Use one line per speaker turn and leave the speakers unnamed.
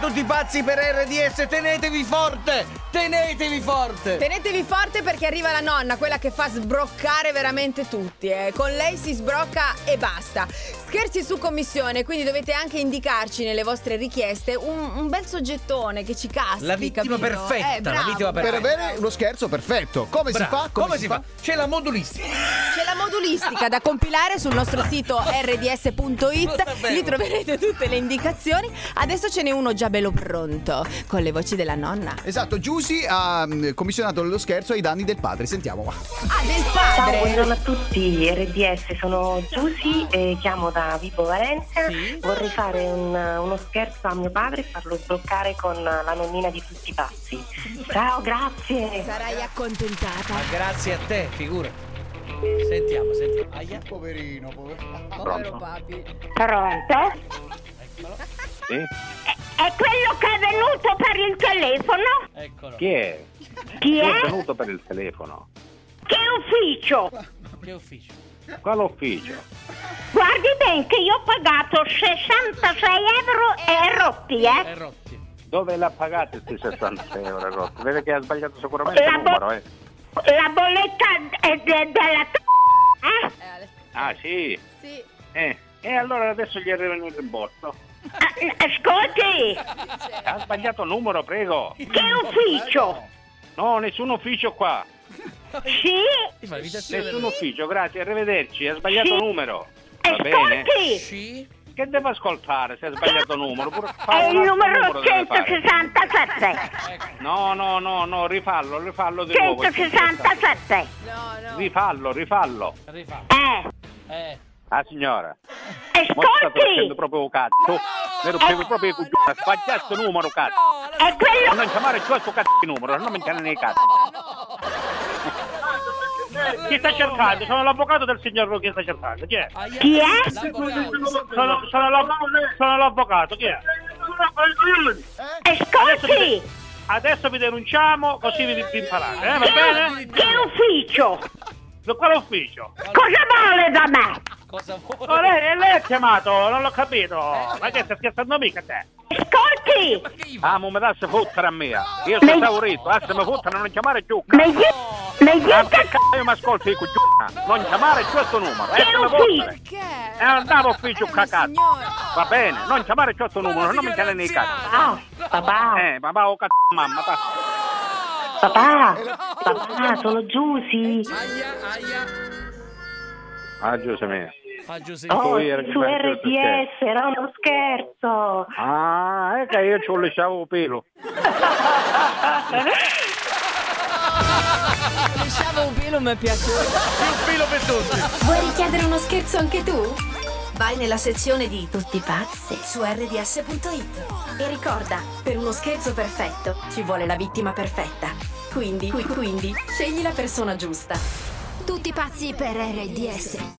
tutti pazzi per RDS, tenetevi forte! Tenetevi forte!
Tenetevi forte perché arriva la nonna, quella che fa sbroccare veramente tutti. eh. Con lei si sbrocca e basta. Scherzi su commissione, quindi dovete anche indicarci nelle vostre richieste un, un bel soggettone che ci Eh, casca.
La vittima perfetta, la vittima
Per
perfetta.
avere uno scherzo perfetto. Come si
Bravo.
fa?
Come, si fa? C'è la modulistica.
C'è la modulistica da compilare sul nostro sito
Lo
rds.it,
sapevo.
lì troverete tutte le indicazioni. Adesso ce n'è uno già bello pronto, con le voci della nonna.
Esatto, Giusy ha mm, commissionato lo scherzo ai danni del padre. Sentiamo. va.
Ah, del
Ciao,
padre!
buongiorno a tutti, RDS, sono Giusy, eh, chiamo da Vibo Valencia.
Sì.
Vorrei fare un- uno scherzo a mio padre e farlo sbloccare con la nonnina di tutti i pazzi. Ciao, grazie.
Sarai accontentata.
Ma grazie a te, figura. Sentiamo, sentiamo. Aia.
Poverino, poverino.
Povero papi.
Pronto?
Sì?
È quello che è venuto per il telefono?
Eccolo.
Chi è?
Chi
Chi
è?
è venuto per il telefono?
Che ufficio?
Che ufficio?
Quale ufficio?
Guardi bene che io ho pagato 66 euro e rotti, eh?
È rotti.
Dove l'ha pagato questi 60 euro? Rossi? Vede che ha sbagliato sicuramente il
La bo-
numero, eh?
La bolletta è de- della t- eh?
Ah, sì?
Sì.
Eh. E allora adesso gli arriva il rimborso.
Ah, Ascolti,
Ha sbagliato il numero, prego.
che ufficio?
No, nessun ufficio qua.
Sì?
Ti fa l'imitazione.
Nessun ufficio, grazie, arrivederci. Ha sbagliato il numero. Va bene?
Ascolti,
Sci.
Che devo ascoltare se ha sbagliato il numero? Pure
è
fare
il
un altro
numero
deve fare.
167.
No, no, no, no, rifallo, rifallo di nuovo.
167.
No, no.
Rifallo, rifallo.
Rifà.
Eh,
Eh.
Ah signora, ma state facendo
ascolti,
proprio un cazzo. Mi rompevo Oh, proprio i culo, ha sbagliato il numero, cazzo.
è quello
Non chiamare più questo cazzo di numero, non mi chiamano nei cazzo. Chi sta cercando? Sono l'avvocato del signor che sta cercando, chi è?
Aia.
Chi è?
Sono, sono l'avvocato, sono l'avvocato, chi è? eh,
Ascolti!
Adesso vi denunciamo così vi vi imparate, eh, va
Che,
bene?
che ufficio?
Da quale ufficio?
Cosa vuole da me?
Cosa
No,
vuole?
lei, lei ha chiamato, non l'ho capito. Ma che stai scherzando mica te?
Ascolti!
Eh. Ah, ma mi dà se fottere a me. Io sono esaurito, adesso mi fottere, non chiamare più, cazzo.
Mi, di- mi
Ma che
dica
cazzo mi ascolti, cogliona? Non chiamare questo numero,
Che
eh, sono
ufficio?
vostre.
Perché?
E andavo ufficio
Eh,
cacazzo.
signora.
Va bene, non chiamare questo numero, non mi chiamare nei cazzo.
Ah, papà,
Eh, papà, oh cazzo, mamma, ta-
papà,
Eh,
papà, sono Giusy.
Aia, aia.
Ah, Giuseppe mia.
Ah, Giuseppe.
Oh.
Oh,
Poi era che
su
faccio il
RDS, no, non scherzo.
Ah, è che io ci ho lasciato il pelo.
Diciamo un film mi è piaciuto.
Un filo per tutti.
Vuoi richiedere uno scherzo anche tu? Vai nella sezione di Tutti pazzi su rds.it e ricorda, per uno scherzo perfetto ci vuole la vittima perfetta. Quindi, qui- quindi, scegli la persona giusta. Tutti pazzi per RDS.